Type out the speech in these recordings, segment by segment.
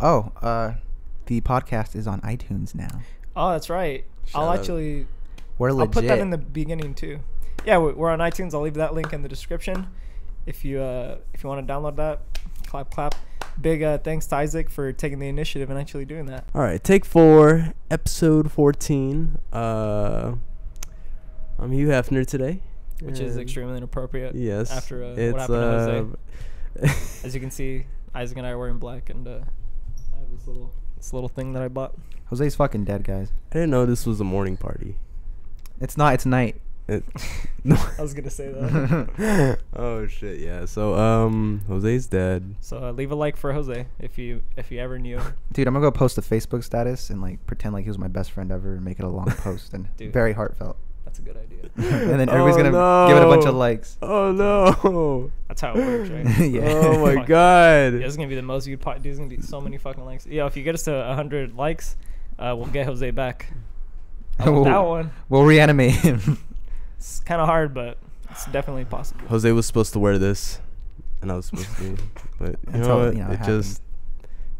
Oh, uh, the podcast is on iTunes now. Oh, that's right. Shout I'll out. actually We're legit. I'll put that in the beginning too. Yeah, we- we're on iTunes. I'll leave that link in the description. If you uh, if you want to download that, clap clap. Big uh, thanks to Isaac for taking the initiative and actually doing that. All right, take four, episode fourteen. Uh, I'm Hugh Hefner today, which is and- extremely inappropriate. Yes, After uh, it's, what happened to Jose, uh, as you can see, Isaac and I are wearing black, and uh, I have this little this little thing that I bought. Jose's fucking dead, guys. I didn't know this was a morning party. It's not. It's night. It- I was gonna say that. oh shit, yeah. So um, Jose's dead. So uh, leave a like for Jose if you if you ever knew. Dude, I'm gonna go post a Facebook status and like pretend like he was my best friend ever and make it a long post and Dude. very heartfelt. That's a good idea. And then everybody's gonna give it a bunch of likes. Oh no. That's how it works, right? Yeah. Oh my Fuck. god. Yeah, This is gonna be the most viewed pod. There's gonna be so many fucking likes. Yeah, if you get us to hundred likes, uh, we'll get Jose back. I want that one. We'll reanimate him. It's kind of hard, but it's definitely possible. Jose was supposed to wear this, and I was supposed to, but you That's know, how, what? you know, it it happens. just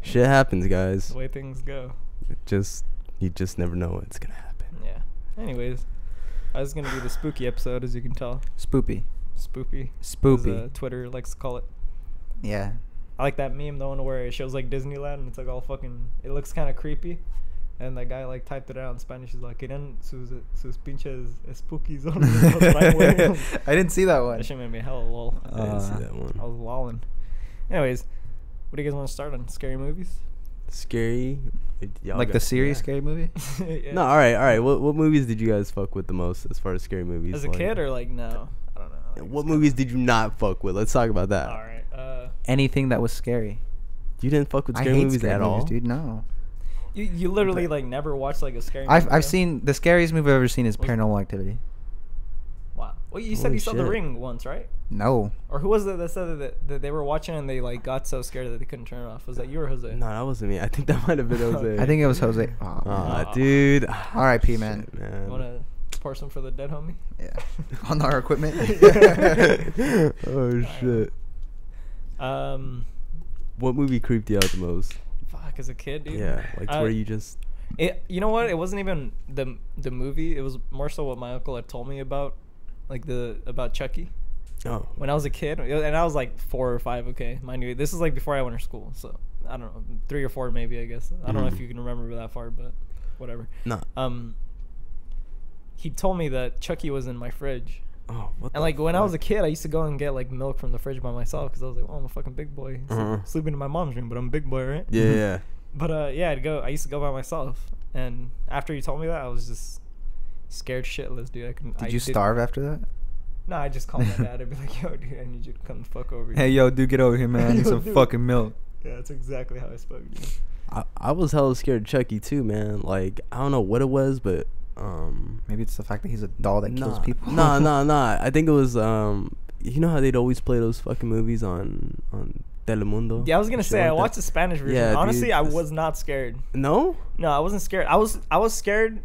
shit happens, guys. The way things go. It just you just never know what's gonna happen. Yeah. Anyways, I was gonna do the spooky episode, as you can tell. Spoopy. Spoopy. As, Spoopy. uh, Twitter likes to call it. Yeah. I like that meme, the one where it shows like Disneyland and it's like all fucking. It looks kind of creepy. And that guy like typed it out in Spanish. He's like, "Eran sus sus pinches spooky zones." I didn't see that one. That shit made me hella lol. I didn't Uh, see that one. I was lolling. Anyways, what do you guys want to start on? Scary movies? Scary. It- y'all like got- the serious yeah. scary movie? Yeah. No, all right, all right. What what movies did you guys fuck with the most as far as scary movies? As a kid or like now? I don't know. like, what it's movies kinda- did you not fuck with? Let's talk about that. All right. Uh, Anything that was scary. You didn't fuck with I scary hate movies scary at all, movies, dude. No. you you literally like never watched like a scary. I've, movie, I've though? seen the scariest movie I've ever seen is Was- Paranormal Activity. Wow. Well, you said Holy you saw The shit. Ring once, right? No. Or who was it that said that, that they were watching and they like got so scared that they couldn't turn it off? Was that you or Jose? No, that wasn't me. I think that might have been Jose. I think it was Jose. Oh, Aw, Aw. dude. R.I.P., man. Shit, You want to pour some for the dead homie? Yeah. On our equipment. Oh, oh Alright. shit. Um, What movie creeped you out the most? fuck, as a kid, dude. Yeah, like to Uh, where you just It, you know what? It wasn't even the the movie. It was more so what my uncle had told me about, like the about Chucky. oh When I was a kid, and I was like four or five. Okay, mind you, this is like before I went to school, so I don't know, three or four maybe. I guess I don't know if Mhm. Mm-hmm. you can remember that far, but whatever. no. Um, he told me that Chucky was in my fridge. oh, what And like when I was a kid, I used to go and get like milk from the fridge by myself because I was like, "Oh, I'm a fucking big boy, Sleep- Mm-hmm. Uh-huh. sleeping in my mom's room, but I'm a big boy, right?" Yeah, yeah. But uh, yeah, I'd go. I used to go by myself, and after you told me that, I was just scared shitless, dude. I couldn't. I Did you starve after that? No, I just called my dad. I'd be like, "Yo, dude, I need you to come the fuck over." Hey, yo, dude, get over here, man. I need Yo, some dude. fucking milk. Yeah, that's exactly how I spoke. Dude. I, I was hella scared of Chucky too, man. Like I don't know what it was, but um Maybe it's the fact that he's a doll that kills nah. people. Nah, nah, nah. I think it was um you know how they'd always play those fucking movies on on Telemundo. Yeah, I was gonna and shit say like I that? watched the Spanish version. Yeah, dude, Honestly, I this- was not scared. No? No, I wasn't scared. I was I was scared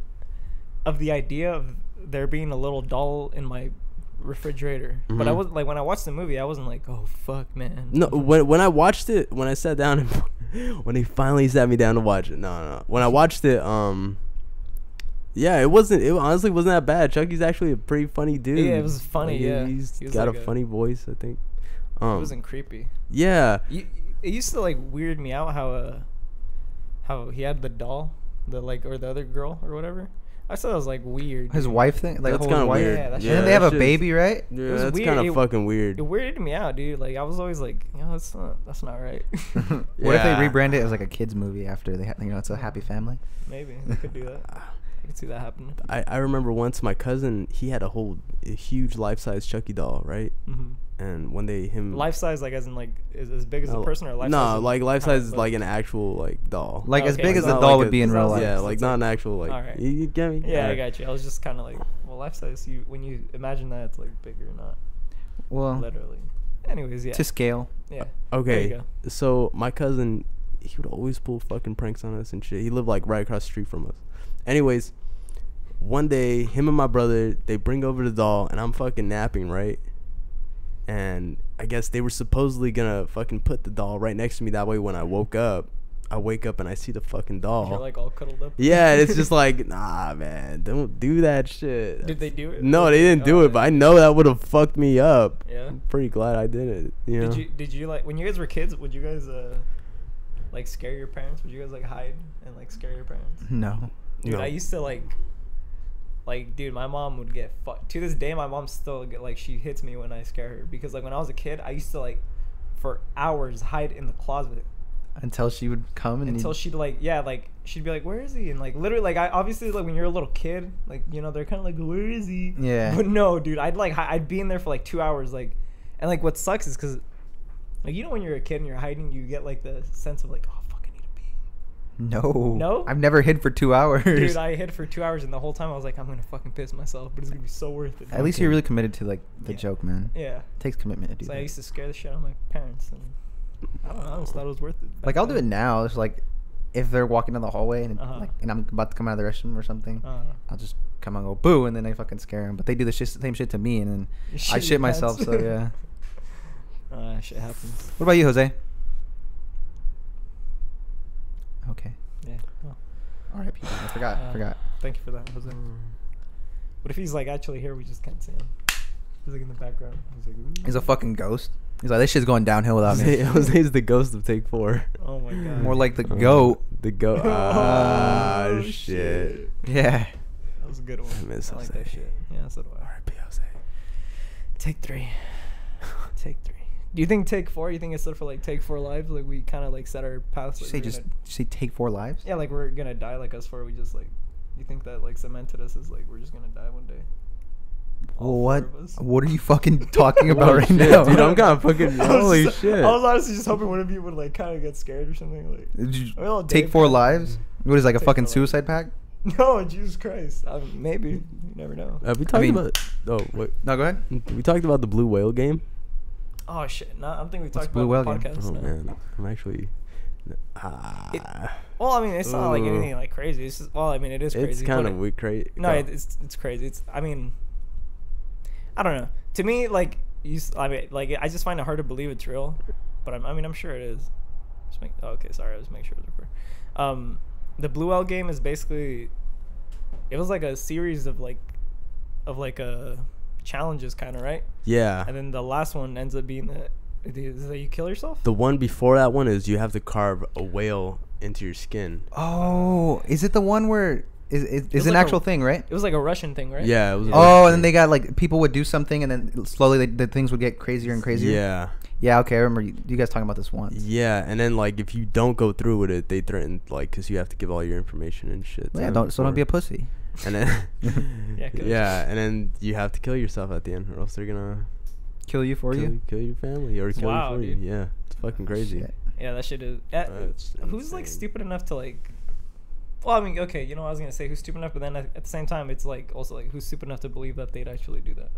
of the idea of there being a little doll in my refrigerator. But I Mhm. was like when I watched the movie, I wasn't like, "Oh fuck, man." No, when when I watched it, when I sat down and when they finally sat me down to watch it, no, no, no. when I watched it, um, yeah, it wasn't. It honestly wasn't that bad. Chucky's actually a pretty funny dude. Yeah, it was funny, he- yeah. he's He was got like a a- funny voice, I think. it Um, wasn't creepy. yeah, You, it used to like weird me out how uh how he had the doll, the like or the other girl or whatever. I thought it was like weird. His wife thing? Like, That's whole kinda wife? weird. Yeah, and that then shit- they have that a shit is- baird, right? yeah, was that's weird, kind it- of fucking weird. It weirded me out, dude. Like I was always like, "Yo, that's not that's not right." What if they Yeah. rebrand it as like a kids movie after they ha- you know it's a happy family? Maybe they could do that. I could see that happening. I, I remember once my cousin he had a whole a huge life size Chucky doll, right? hmm And when they him Life size, like as in like is as big as a Mm. no, person or life no, size? is- like life size is but- like an actual like doll, Like as Okay, big it's as a not doll like would a- be in it's not real like- life. Yeah, It's like like- not an actual like. Alright. You, you get me? Yeah, I Alright. got you. I was just kind of like, well, life size. You when you imagine that, it's like big or not, well, literally. Anyways, yeah. to scale. yeah. There you Okay, go. so my cousin, he would always pull fucking pranks on us and shit. He lived like right across the street from us. Anyways, one day, him and my brother, they bring over the doll, and I'm fucking napping, right? And I guess they were supposedly gonna fucking put the doll right next to me. That way, when I woke up, I wake up and I see the fucking doll. You're like oh. all cuddled up. yeah, it's just like, nah, man, don't do that shit. Did they do it? No, Or they didn't do oh, it, but I know that would have fucked me up. Yeah. I'm pretty glad I did it. You know? Did you did you like when you guys were kids? Would you guys uh like scare your parents? Would you guys like hide and like scare your parents? Mm-hmm. No. Dude, No. I used to like, like, dude, my mom would get fucked. To this day, my mom still get, like she hits me when I scare her because like when I was a kid, I used to like, for hours hide in the closet Until she would come and until you'd- she'd like, yeah, like she'd be like, where is he? And like literally, like I obviously like when you're a little kid, like you know they're kind of like, where is he? Yeah. But no, dude, I'd like hi- I'd be in there for like two hours, like, and like what sucks is because, like you know when you're a kid and you're hiding, you get like the sense of like, oh fuck, I need to pee. No. No? I've never hid for two hours. Dude, I hid for two hours, and the whole time I was like, I'm gonna fucking piss myself, but it's gonna be so worth it. At least Okay. you're really committed to like the Yeah. joke, man. Yeah. It takes commitment to do So that. I used to scare the shit out of my parents, and I don't know, I just thought it was worth it. back like I'll do it then. now. It's like if they're walking down the hallway and Uh-huh. like, and I'm about to come out of the restroom or something, Uh-huh. I'll just come and go boo, and then I fucking scare them. But they do the shit, same shit to me, and then You I your shit myself. pants. So yeah. uh, shit happens. What about you, Jose? Okay. Yeah. well, R.I.P. I forgot. uh, forgot. Thank you for that, Jose. Mm. What if he's like actually here? We just can't see him. He's like in the background. He's like. He's a "Ooh." fucking ghost. He's like this shit's going downhill without Jose, me. Jose's the ghost of Take Four. Oh my god. More like the Uh, goat. The goat. Ah, Oh, shit. Yeah. That was a good one. I miss like that Jose. shit. Yeah, so do I. R.I.P. Jose. Take three. take three. Do you think take four? You think instead for like take four lives, like we kind of like set our paths. Did you Like say we're just gonna- did you say take four lives? yeah, like we're gonna die like us four. We just like, you think that like cemented us as like we're just gonna die one day. Well, All four what? of us? What are you fucking talking about Holy right Oh, shit, now? dude, kinda I'm kinda fucking- I was holy just- shit. I was honestly just hoping one of you would like kind of get scared or something. Like, Did you Are we all take dead four now? lives? What is like a Take fucking four lives. suicide pact? no, Jesus Christ, um, maybe you never know. Have we talked mean- about? Oh wait. No, go ahead. We talked about the blue whale game. oh shit, no, I don't think we What's talked Blue about the Whale game? podcast. Oh no. man, I'm actually. Ah, Well, I mean, it's not like Ooh. anything like crazy. It's just, well, I mean, it is crazy. it's but kind it- of weird. Crazy. No, it, it's it's crazy. It's I mean, I don't know. To me, like you, s- I mean, like I just find it hard to believe it's real. But I'm, I mean, I'm sure it is. Just make, oh, okay, sorry, I was making sure it was recording. Um, the Blue L game is basically, it was like a series of like, of like a challenges kind of right, yeah. and then the last one ends up being that is that you kill yourself. The one before that one is you have to carve a whale into your skin. Oh, is it the one where is is, is was an like actual a- thing, right? it was like a Russian thing, right? Yeah, it was a Oh, Russian and then they thing. got like people would do something, and then slowly they, the things would get crazier and crazier. Yeah. Yeah. Okay, I remember you, you guys talking about this once. Yeah, and then like if you don't go through with it, they threaten like because you have to give all your information and shit. to Yeah. them Don't so don't be a before. pussy. And then Yeah, yeah, 'cause- and then you have to kill yourself at the end, or else they're gonna Kill you for kill, you. kill your family or kill Wow, you for dude. you. Yeah, it's fucking crazy. Shit. Yeah, that shit is. That, That's who's like insane. stupid enough to like? Well, I mean, okay, you know, I was gonna say who's stupid enough, but then at, at the same time, it's like also like who's stupid enough to believe that they'd actually do that.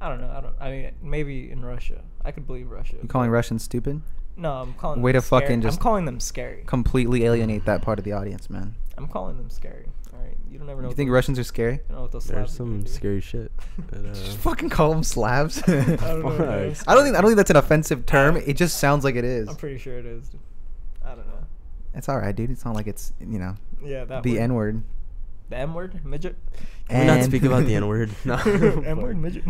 I don't know. I don't. I mean, maybe in Russia, I could believe Russia. You calling but- Russians stupid? No, I'm calling. Way them to fucking scary. just I'm calling them scary. Completely alienate that part of the audience, man. I'm calling them scary. All right, you don't ever know. You what Uh. think those- Russians are scary? You know what those There's Slavs are gonna some do. scary shit. But, uh, Just fucking call them slabs. I I don't don't know. Fuck. man. think I don't think that's an offensive term. It just sounds like it is. I'm pretty sure it is. dude. I don't know. It's all right, dude. It's not like it's you know Yeah, that the word. N word. The N word, midget. Can we not And- speak about the N word? No. N word, midget.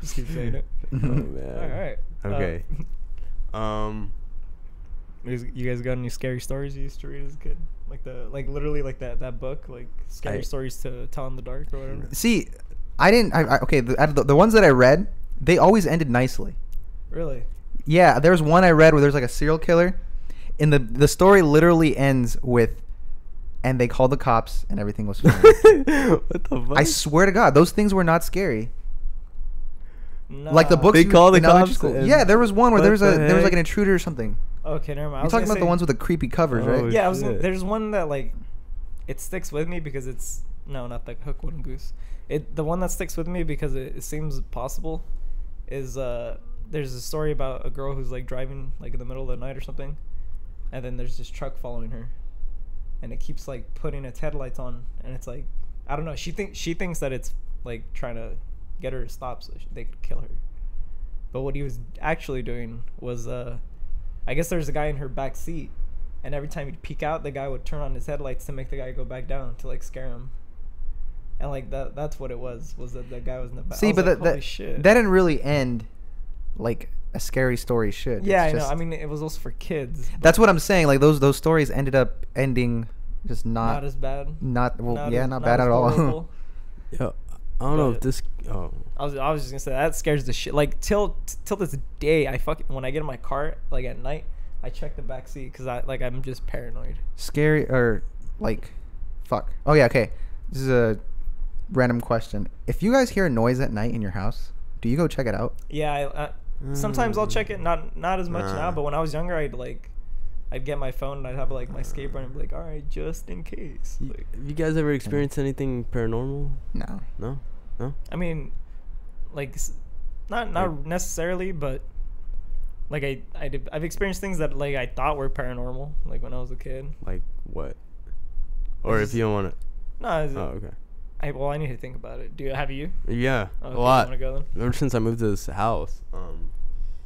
Just keep saying it. Oh, man. All right. Uh, Okay. Um. You guys- you guys got any scary stories you used to read as a kid? Like the like literally like that that book like scary I- stories to tell in the dark or whatever. See, I didn't. I, I, okay, the, out of the, the ones that I read, they always ended nicely. Really? Yeah, there's one I read where there's like a serial killer, and the the story literally ends with, and they called the cops and everything was what fine. the fuck? I swear to God, those things were not scary. Like the Nah. books They you- call the in elementary cops and- Yeah, there was one where What there was a the there was like an heck? intruder or something. Okay, never mind. I You're was talking gonna about the say- ones with the creepy covers, Oh, right? shit. Yeah, I was gonna, Shit. there's one that like it sticks with me because it's no, not the hook one goose. It the one that sticks with me because it, it seems possible is uh there's a story about a girl who's like driving like in the middle of the night or something, and then there's this truck following her, and it keeps like putting its headlights on, and it's like I don't know. She thinks she thinks that it's like trying to get her to stop so she, they could kill her. But what he was actually doing was, uh, I guess there's a guy in her back seat, and every time he'd peek out, the guy would turn on his headlights to make the guy go back down to like scare him. And like that—that's what it was. Was that the guy was in the back? See, but like, that, "Holy that, shit. that didn't really end like a scary story should. yeah, I It's know. just- I mean, it was also for kids. but that's what I'm saying. Like those those stories ended up ending just not, not as bad. not- well, yeah, as- not bad as at all. horrible. Yeah, I don't know if But- this. Oh, I was, I was just gonna say that scares the shit. Like till t- till this day, I fucking when I get in my car like at night, I check the back seat because I like I'm just paranoid. scary or like fuck. Oh yeah, okay. This is a random question. If you guys hear a noise at night in your house, do you go check it out? Yeah, I, I, sometimes I'll check it. Not not as much now, Nah. but when I was younger, I'd like I'd get my phone and I'd have like my skateboard and be like, all right, just in case. Y- Like, Have you guys ever experienced anything paranormal? No. No, no. I mean, like s- not not Like- necessarily, but like I I did, I've experienced things that like I thought were paranormal, like when I was a kid. Like what? Or if just- you don't want No, to. is it- Oh, okay. I well I need to think about it. Do you have you? Yeah, Oh, okay, a you lot. wanna go then? Ever since I moved to this house. Um.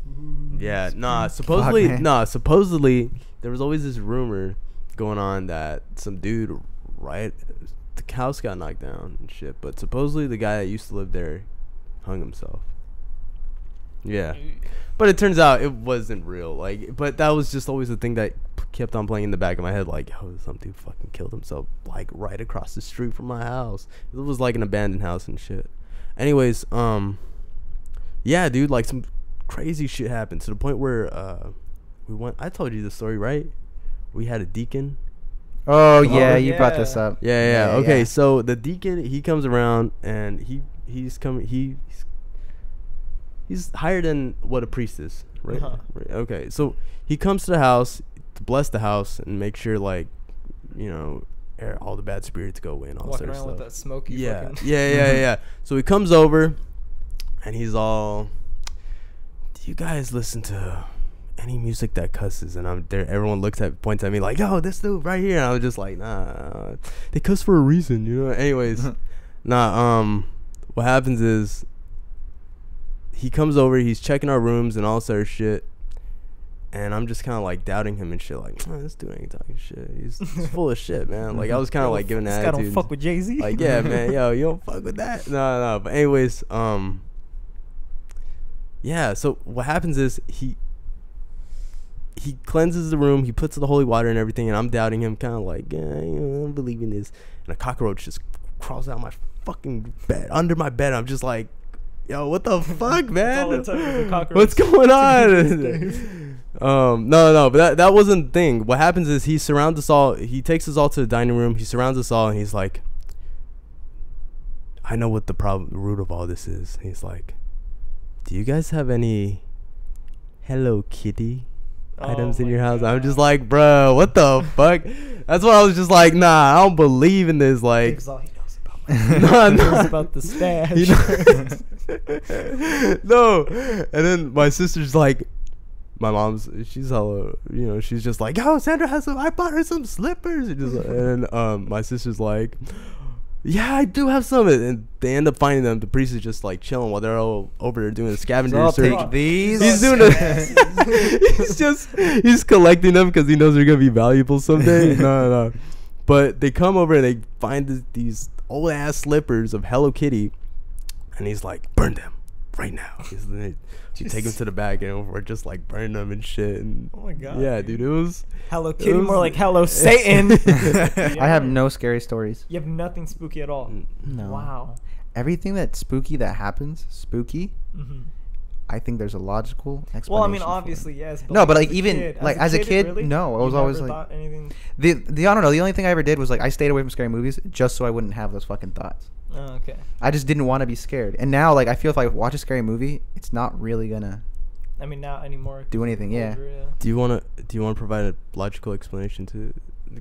Mm-hmm. Yeah, nah. Supposedly, man. nah. Supposedly, there was always this rumor going on that some dude, right, the house got knocked down and shit. But supposedly, the guy that used to live there hung himself. Yeah, but it turns out it wasn't real. Like, but that was just always the thing that p- kept on playing in the back of my head. Like, oh, some dude fucking killed himself, like right across the street from my house. It was like an abandoned house and shit. Anyways, um, yeah, dude, like some crazy shit happened to the point where uh, we went. I told you the story, right? We had a deacon. Oh yeah, you brought this yeah. up. Yeah, yeah. okay, so the deacon he comes around and he he's coming he he's, he's higher than what a priest is, right? Uh-huh. Right, Okay, so he comes to the house to bless the house and make sure like you know air- all the bad spirits go away and all Walking that around sort of with stuff. that smoky. yeah, fucking yeah, yeah, yeah. So he comes over and he's all, "Do you guys listen to?" Any music that cusses, and I'm there. Everyone looks at, points at me like, "Yo, this dude right here." And I was just like, "Nah, they cuss for a reason, you know." Anyways, Nah, um, what happens is he comes over, he's checking our rooms and all sort of shit, and I'm just kind of like doubting him and shit. Like, man, this dude ain't talking shit. He's, he's full of shit, man. Like, I was kind of Yo, like giving this that guy don't attitude. fuck with Jay Z. Like, yeah, man, yo, you don't fuck with that. No, no. But anyways, um, yeah. So what happens is he he cleanses the room. He puts the holy water and everything, and I'm doubting him, kind of like, yeah, you know, I don't believe in this. And a cockroach just crawls out my fucking bed, under my bed. I'm just like, yo, what the fuck, all man? it took was a cockroach. What's going days. on? um, no, no, but that, that wasn't the thing. What happens is he surrounds us all. He takes us all to the dining room. He surrounds us all, and he's like, I know what the problem, the root of all this is. He's like, Do you guys have any Hello Kitty items Oh in my your house? I'm just God. like, bro, what the fuck? That's why I was just like, nah, I don't believe in this. He Like, was all he knows about. No, he no. knows about the stash. You know- no. And then my sister's like, my mom's, she's hello, you know, she's just like, oh, Sandra has some, I bought her some slippers. And, just, and then, um, my sister's like, yeah, I do have some. And they end up finding them. The priest is just like chilling while they're all over there doing the scavenger I'll search. take these. He's doing a, he's just he's collecting them because he knows they're gonna be valuable someday. no, no, no. But they come over and they find th- these old ass slippers of Hello Kitty, and he's like, "Burn them right now." He's, they, we take them Jesus. to the back and we're just like burning them and shit. And Oh my God, Yeah, dude, it was. Hello it Kitty, more was- like Hello Satan. I have no scary stories. You have nothing spooky at Mm. all. No. Wow. Everything that's spooky that happens, spooky, hmm I think there's a logical explanation. Well, I mean, for it. obviously, yes. No, but, as like, a even- kid- like, as a kid, really? no, I was You always, never like- thought anything. The the I don't know. The only thing I ever did was like I stayed away from scary movies just so I wouldn't have those fucking thoughts. Oh, okay. I just didn't want to be scared. And now like I feel if I watch a scary movie, it's not really gonna. I mean, not anymore. Do anything, yeah. Older, Do you wanna do you wanna provide a logical explanation to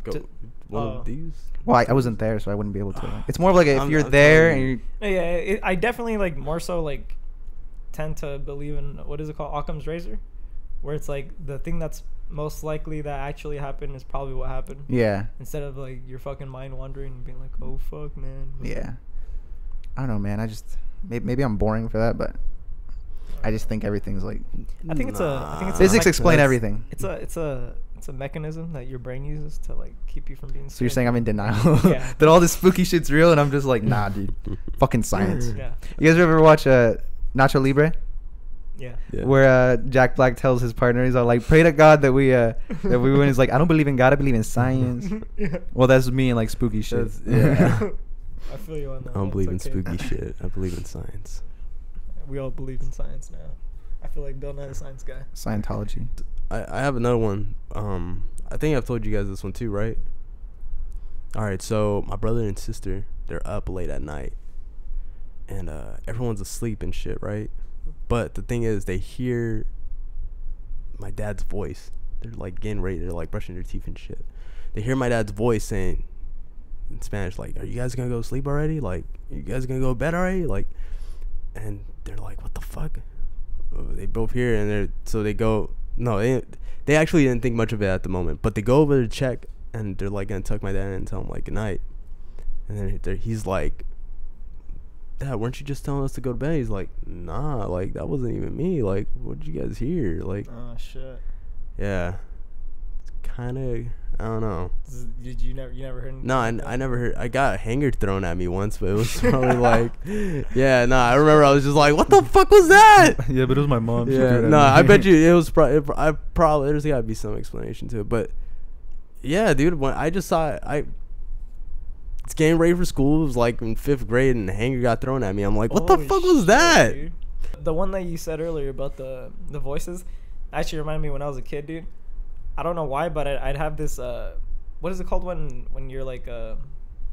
go To- one oh. of these? Well, I, I wasn't there, so I wouldn't be able to. It's more of like if I'm- you're I'm there telling and you. you No, yeah, it, I definitely like more so like tend to believe in what is it called, Occam's razor, where it's like the thing that's most likely that actually happened is probably what happened. yeah, Instead of like your fucking mind wandering and being like, oh fuck, man. what the-" yeah. I don't know, man. I just maybe, maybe I'm boring for that, but I just think everything's like I think it's a- I think it's a physics Uh, like- explain That's- everything. It's a it's a it's a mechanism that your brain uses to like keep you from being. So you're scared. saying I'm in denial Yeah. that all this spooky shit's real, and I'm just like, nah, dude, fucking science. Yeah. You guys ever watch uh, Nacho Libre, Yeah. Yeah. where uh, Jack Black tells his partner, he's all like, pray to God that we uh, that we win. He's like, I don't believe in God, I believe in science. yeah. well, that's me and like spooky shit. That's- yeah. I feel you on that. I don't It's believe in okay. spooky shit. I believe in science. We all believe in science now. I feel like Bill Nye the Science Guy. Scientology. I, I have another one. Um, I think I've told you guys this one too, right? All right, so my brother and sister, they're up late at night, and uh, everyone's asleep and shit, right? But the thing is, they hear my dad's voice. They're like getting ready. They're like brushing their teeth and shit. They hear my dad's voice saying in Spanish, like, "Are you guys gonna go to sleep already? Like, you guys gonna go to bed already? Like." and they're like, "What the fuck?" Uh, They both hear it and they're so they go. No, they they actually didn't think much of it at the moment, but they go over to check and they're like gonna tuck my dad in and tell him like good night, and then they're- he's like, "Dad, weren't you just telling us to go to bed?" He's like, "Nah, like that wasn't even me. Like, what did you guys hear? Like, Oh shit! yeah, it's kind of." I don't know. This is- Did you never you never heard? No, I, anything like I that? never heard. I got a hanger thrown at me once, but it was probably like, yeah, no. I remember I was just like, what the fuck was that? yeah, but it was my mom. Yeah, no, I bet you it was probably. I probably there's got to be some explanation to it, but yeah, dude. When I just saw it, I it's getting ready for school. It was like in fifth grade, and the hanger got thrown at me. I'm like, what the Holy fuck was shit, that? dude. The one that you said earlier about the the voices actually reminded me when I was a kid, dude. I don't know why, but I'd, I'd have this. Uh, what is it called when when you're like uh,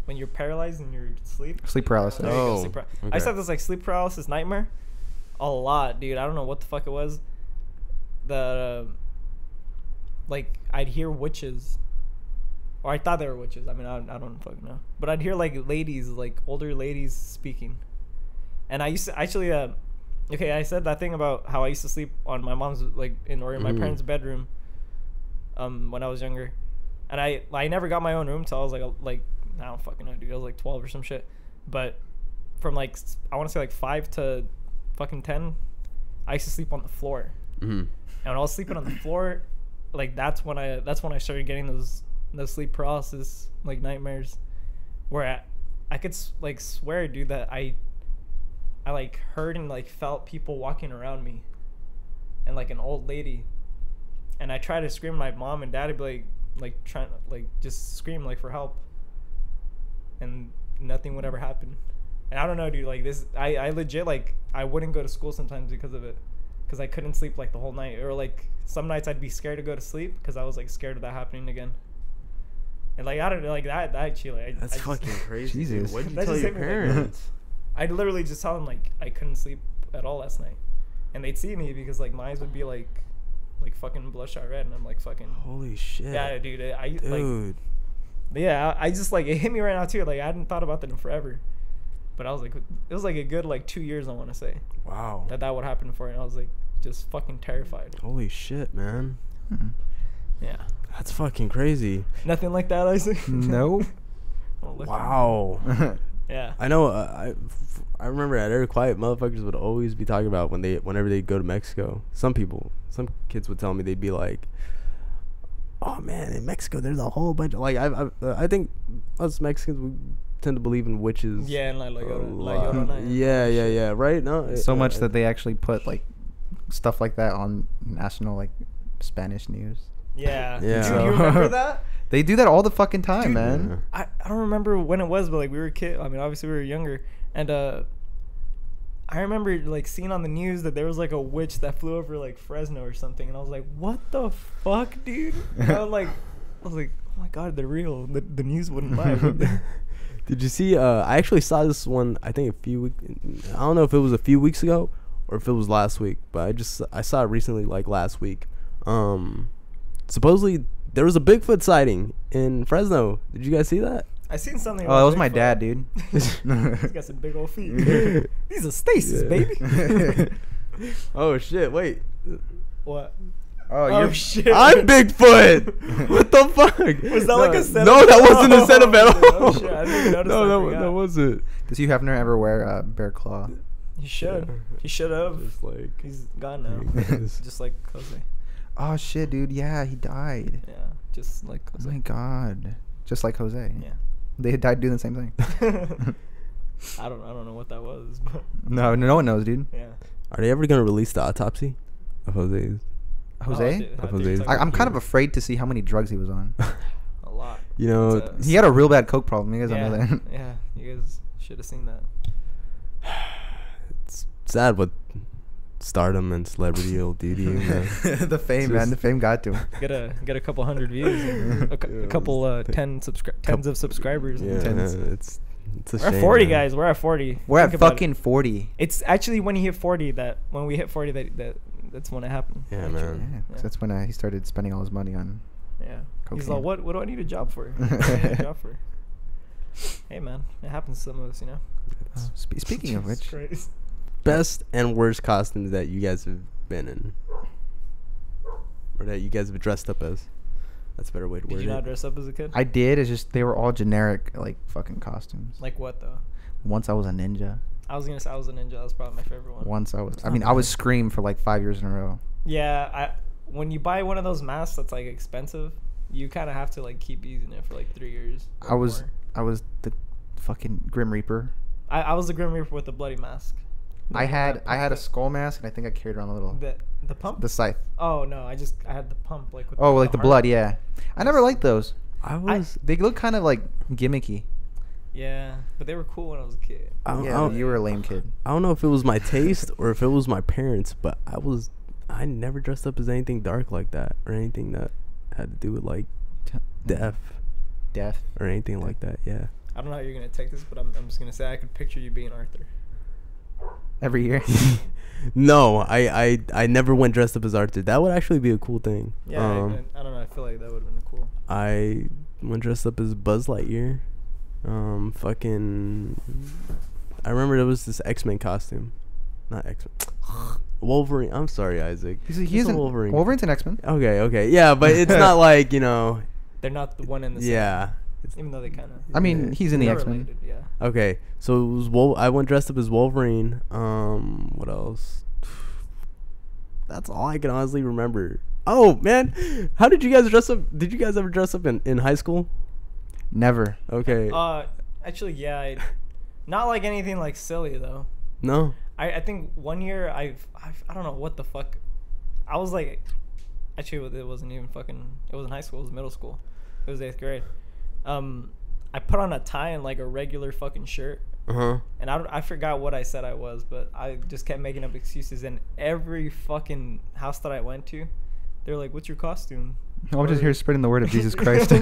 when you're paralyzed and you're asleep? Sleep paralysis. There you go, Oh, sleep par- I just okay. had this like sleep paralysis nightmare, a lot, dude. I don't know what the fuck it was. The like I'd hear witches, or I thought they were witches. I mean, I, I don't fucking know, but I'd hear like ladies, like older ladies speaking, and I used to actually. Uh, okay, I said that thing about how I used to sleep on my mom's like in or in my Mhm. parents' bedroom, um, when I was younger, and I I never got my own room till I was like a- like I don't fucking know, dude. I was like twelve or some shit, but from like s- I want to say like five to fucking ten, I used to sleep on the floor. Mhm. And when I was sleeping on the floor, like that's when I that's when I started getting those those sleep paralysis like nightmares, where I, I could s- like swear, dude, that I I like heard and like felt people walking around me, and like an old lady, and I tried to scream my mom and dad would be like like trying like just scream like for help, and nothing would ever happen. And I don't know, dude. Like this, I, I legit like I wouldn't go to school sometimes because of it, because I couldn't sleep like the whole night, or like some nights I'd be scared to go to sleep because I was like scared of that happening again. And like I don't know, like that that actually, like, I, That's I just- fucking crazy. dude. Jesus. What'd you That tell just your hit me like- parents? I'd literally just tell them like I couldn't sleep at all last night, and they'd see me because like my eyes would be like, like fucking bloodshot red, and I'm like fucking. Holy shit, Yeah, dude. I like dude. yeah, I I just like it hit me right now too. Like I hadn't thought about that in forever, but I was like, it was like a good like two years I want to say wow. that that would happen for, and I was like just fucking terrified. Holy shit, man. Yeah, That's fucking crazy. nothing like that, Isaac. No. Well, look- Wow. Yeah. I know. Uh, I f- I remember at Air Quiet, motherfuckers would always be talking about when they whenever they go to Mexico. Some people, some kids would tell me they'd be like, "Oh man, in Mexico there's a whole bunch of like I I, uh, I think us Mexicans we tend to believe in witches. Yeah, and like a like, Yor- like lot. Yorona, yeah, yeah, yeah. Right? No. so uh, much uh, that they actually put like stuff like that on national like Spanish news. Yeah. Yeah. Dude, you remember that? They do that all the fucking time, Dude. man. I, I don't remember when it was, but like we were kid. I mean, obviously we were younger, and uh, I remember like seeing on the news that there was like a witch that flew over like Fresno or something, and I was like, "What the fuck, dude?" And I was like, I was like, "Oh my god, they're real. The, the news wouldn't lie." would they?" Did you see? Uh, I actually saw this one. I think a few week. I don't know if it was a few weeks ago or if it was last week, but I just I saw it recently, like last week. Um, supposedly there was a Bigfoot sighting in Fresno. Did you guys see that? I seen something. Oh, that was about my Bigfoot. dad, dude. He's got some big old feet. These are stasis, Yeah. baby. oh shit! Wait, what? Oh, Oh, you're- shit! I'm Bigfoot. what the fuck? Was that no, like a setup? No, that wasn't Oh, a setup at all. oh, shit, I didn't even notice, I no, that, forgot. that wasn't. Does Hugh Hefner ever wear a bear claw? He should. Yeah. He should have. Just like He's gone now. Just- Just like Jose. Oh shit, dude. Yeah, he died. Yeah, just like I Oh was my like, god. Just like Jose. yeah. They had died doing the same thing. I don't I don't know what that was, but no, no one knows, dude. yeah. Are they ever gonna release the autopsy of Jose's? Jose? Oh, I thought Jose you were is- talking I, I'm kind about of afraid to see how many drugs he was on. a lot. You know, It's, he had a real bad coke problem. You guys yeah, don't know that. yeah, you guys should have seen that. It's sad what stardom and celebrity will do to you. man. the fame, It's man. The just- fame got to him. Get a get a couple hundred views, and a, cou- Yeah, a couple uh, it's- ten subscri- tens Coup- of subscribers. Yeah, Tens. it's it's a we're shame, at forty man. guys. We're at forty. We're at Think about it. fucking 40. It's actually when he hit forty that when we hit forty that, that that's when it happened. Yeah, actually. Yeah, man. 'cause that's when uh, he started spending all his money on. Yeah. He's like, Cocaine. what? What do I need a job for? What do I need a job for? Hey, man, it happens to some of us, you know. It's Oh, spe- speaking of Jesus which, Christ. Best and worst costumes that you guys have been in, or that you guys have dressed up as. That's a better way to did word you not it. dress up as a kid? I did. It's just they were all generic, like fucking costumes. Like what though? once I was a ninja. I was gonna say I was a ninja. That was probably my favorite one. Once I was. That's I not mean, I was bad. Scream for like five years in a row. Yeah, I when you buy one of those masks that's like expensive, you kind of have to like keep using it for like three years. or I was. more. I was the fucking Grim Reaper. I, I was the Grim Reaper with the bloody mask. I Like, had. that I had a pump- skull mask, and I think I carried around a little. The the pump. The scythe. oh no, I just I had the pump like. With Oh, like the heart. blood. Yeah. I never liked those. I I- was. They look kind of like gimmicky. Yeah, but they were cool when I was a kid. I don't- I Yeah, don't- you were a lame kid. I don't know if it was my taste or if it was my parents, but I was I never dressed up as anything dark like that or anything that had to do with like T- death Death. or anything like that. Yeah. I don't know how you're gonna take this, but I'm, I'm just gonna say I could picture you being Arthur. Every year. no, I, I I never went dressed up as Arthur. That would actually be a cool thing. Um, Yeah, I- Um, I, I don't know. I feel like that would have been cool. I went dressed up as Buzz Lightyear. Um, fucking. I remember there was this X Men costume, not X Men. Wolverine. I'm sorry, Isaac. He's, he's, It's a an, Wolverine. Wolverine's an X Men. Okay, okay, yeah, but it's not like you know. They're not the one in the same, Yeah. It's- Even though they kind of. I mean, Yeah. he's in the they're X Men. related, Yeah. Okay, so it was Wol- I went dressed up as Wolverine. Um, what else? That's all I can honestly remember. Oh man, how did you guys dress up? Did you guys ever dress up in, in high school? Never. Okay, Uh, actually, yeah. I, not like anything like silly though. no. I, I think one year I've, I've I don't know what the fuck. I was like, actually, it wasn't even fucking. It wasn't high school. It was middle school. It was eighth grade. Um, I put on a tie and like a regular fucking shirt, Uh huh. and I, don't- I forgot what I said I was, but I just kept making up excuses. And every fucking house that I went to, they're like, "What's your costume?" I'm just Or- here spreading the word of Jesus Christ. I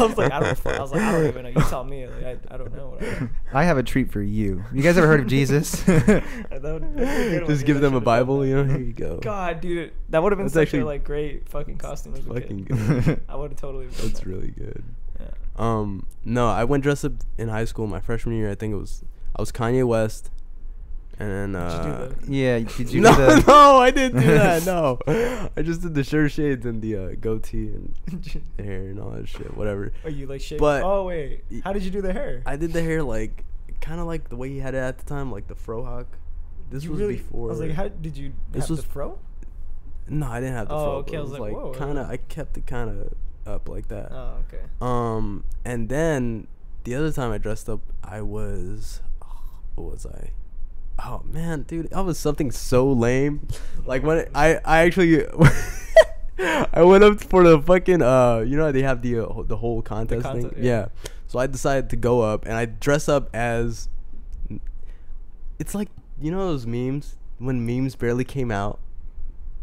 was like, I don't. fu- I was like, I don't even know. You tell me. Like, I, I don't know. What I, I have a treat for you. You guys ever heard of Jesus? That would be a good one, Just dude. give I should've them a done Bible, that. you know. Here you go. God, dude, that would have been That's such actually- a like great fucking costume. As a fucking kid. good. I would have totally. done That's that. really good. Yeah. Um, no, I went dressed up in high school my freshman year. I think it was I was Kanye West, and then Did you do uh, the- yeah, did you no, do the- no, I didn't do that. No, I just did the shirt shades and the uh, goatee and the hair and all that shit, whatever. Are you like shaving? But- oh wait, y- how did you do the hair? I did the hair like kind of like the way he had it at the time, like the frohawk. This You was really- before. I was like, how did you? This have was- the fro. No, I didn't have the Oh, fro. okay, but I it was like, whoa, kind of. okay. I kept it kind of up like that. Oh okay. Um, and then the other time I dressed up, I was, what was I? Oh man, dude, I was something so lame. Like when I, I actually, I went up for the fucking, uh, you know how they have the uh, the whole contest contest, thing, yeah. yeah. So I decided to go up and I dress up as. It's like you know those memes when memes barely came out.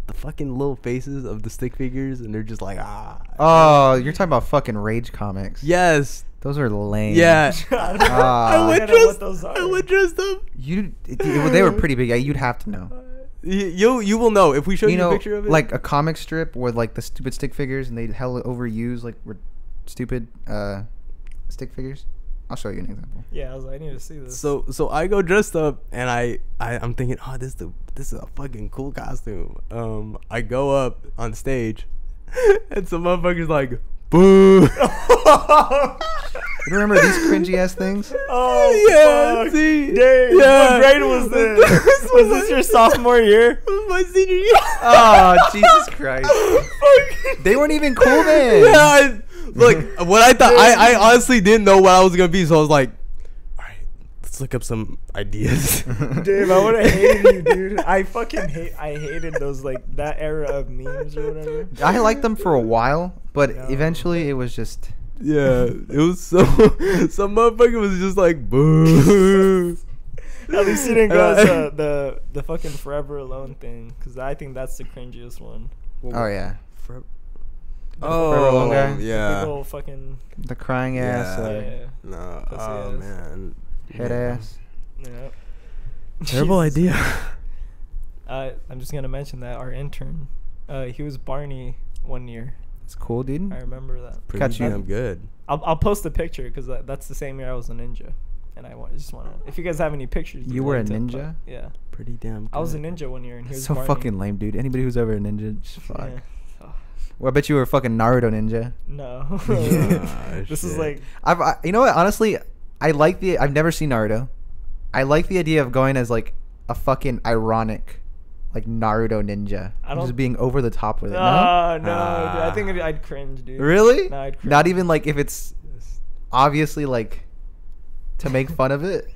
The fucking little faces of the stick figures, and they're just like ah. Oh, you're talking about fucking Rage comics. Yes, Those are lame. yeah. I don't know. I I don't know would what dress. those I are. would dress them. You, it, it- they were pretty big. yeah, You'd have to know. You you- you will know if we show you, you know, a picture of it. like a comic strip with like the stupid stick figures, and they hella overuse like re- stupid uh, stick figures. I'll show you an example. Yeah, I was like, I need to see this. so, so I go dressed up, and I, I I'm thinking, oh, this the this is a fucking cool costume. Um, I go up on stage, and some motherfuckers like, boo. You remember these cringy ass things? Oh yeah, fuck. see, Dang, yeah. what grade was this? was this your sophomore year? This was my senior year. Oh, Jesus Christ. Fuck. They weren't even cool then. Yeah, I, look, what I thought, I, I honestly didn't know what I was gonna be, so I was like, all right, let's look up some ideas. Dave, I would have hated you, dude. I fucking hate. I hated those like that era of memes or whatever. I liked them for a while, but No. eventually it was just. yeah, it was so some motherfucker was just like boo. At least you didn't go Uh, as, uh, the the fucking forever alone thing, because I think that's the cringiest one. Oh yeah, For, Alone oh guy? The big yeah. old fucking the crying ass, Yeah. uh, yeah, No, Pussy oh ass. man, head Yeah. ass. yeah. Terrible Jesus. idea. Uh, I'm just gonna mention that our intern, uh, he was Barney one year. It's cool, dude. I remember that. Pretty Catch you. damn good. I'll, I'll post the picture because that, that's the same year I was a ninja, and I want, just want to. If you guys have any pictures, You were a like to put- ninja? Yeah, Pretty damn. Good. I was a ninja one year, and he That's was so Barney. fucking lame, dude. Anybody who's ever a ninja, just fuck. Yeah. Ugh, Well, I bet you were a fucking Naruto ninja. No, Ah, this is shit. like I've, I, you know what? Honestly, I like the. I've never seen Naruto. I like the idea of going as like a fucking ironic, like Naruto ninja, I just don't- being over the top with it. no? Ah, Ah. no, no, dude, I think I'd, I'd cringe, dude. Really? No, I'd cringe. Not even like if it's obviously like to make fun of it,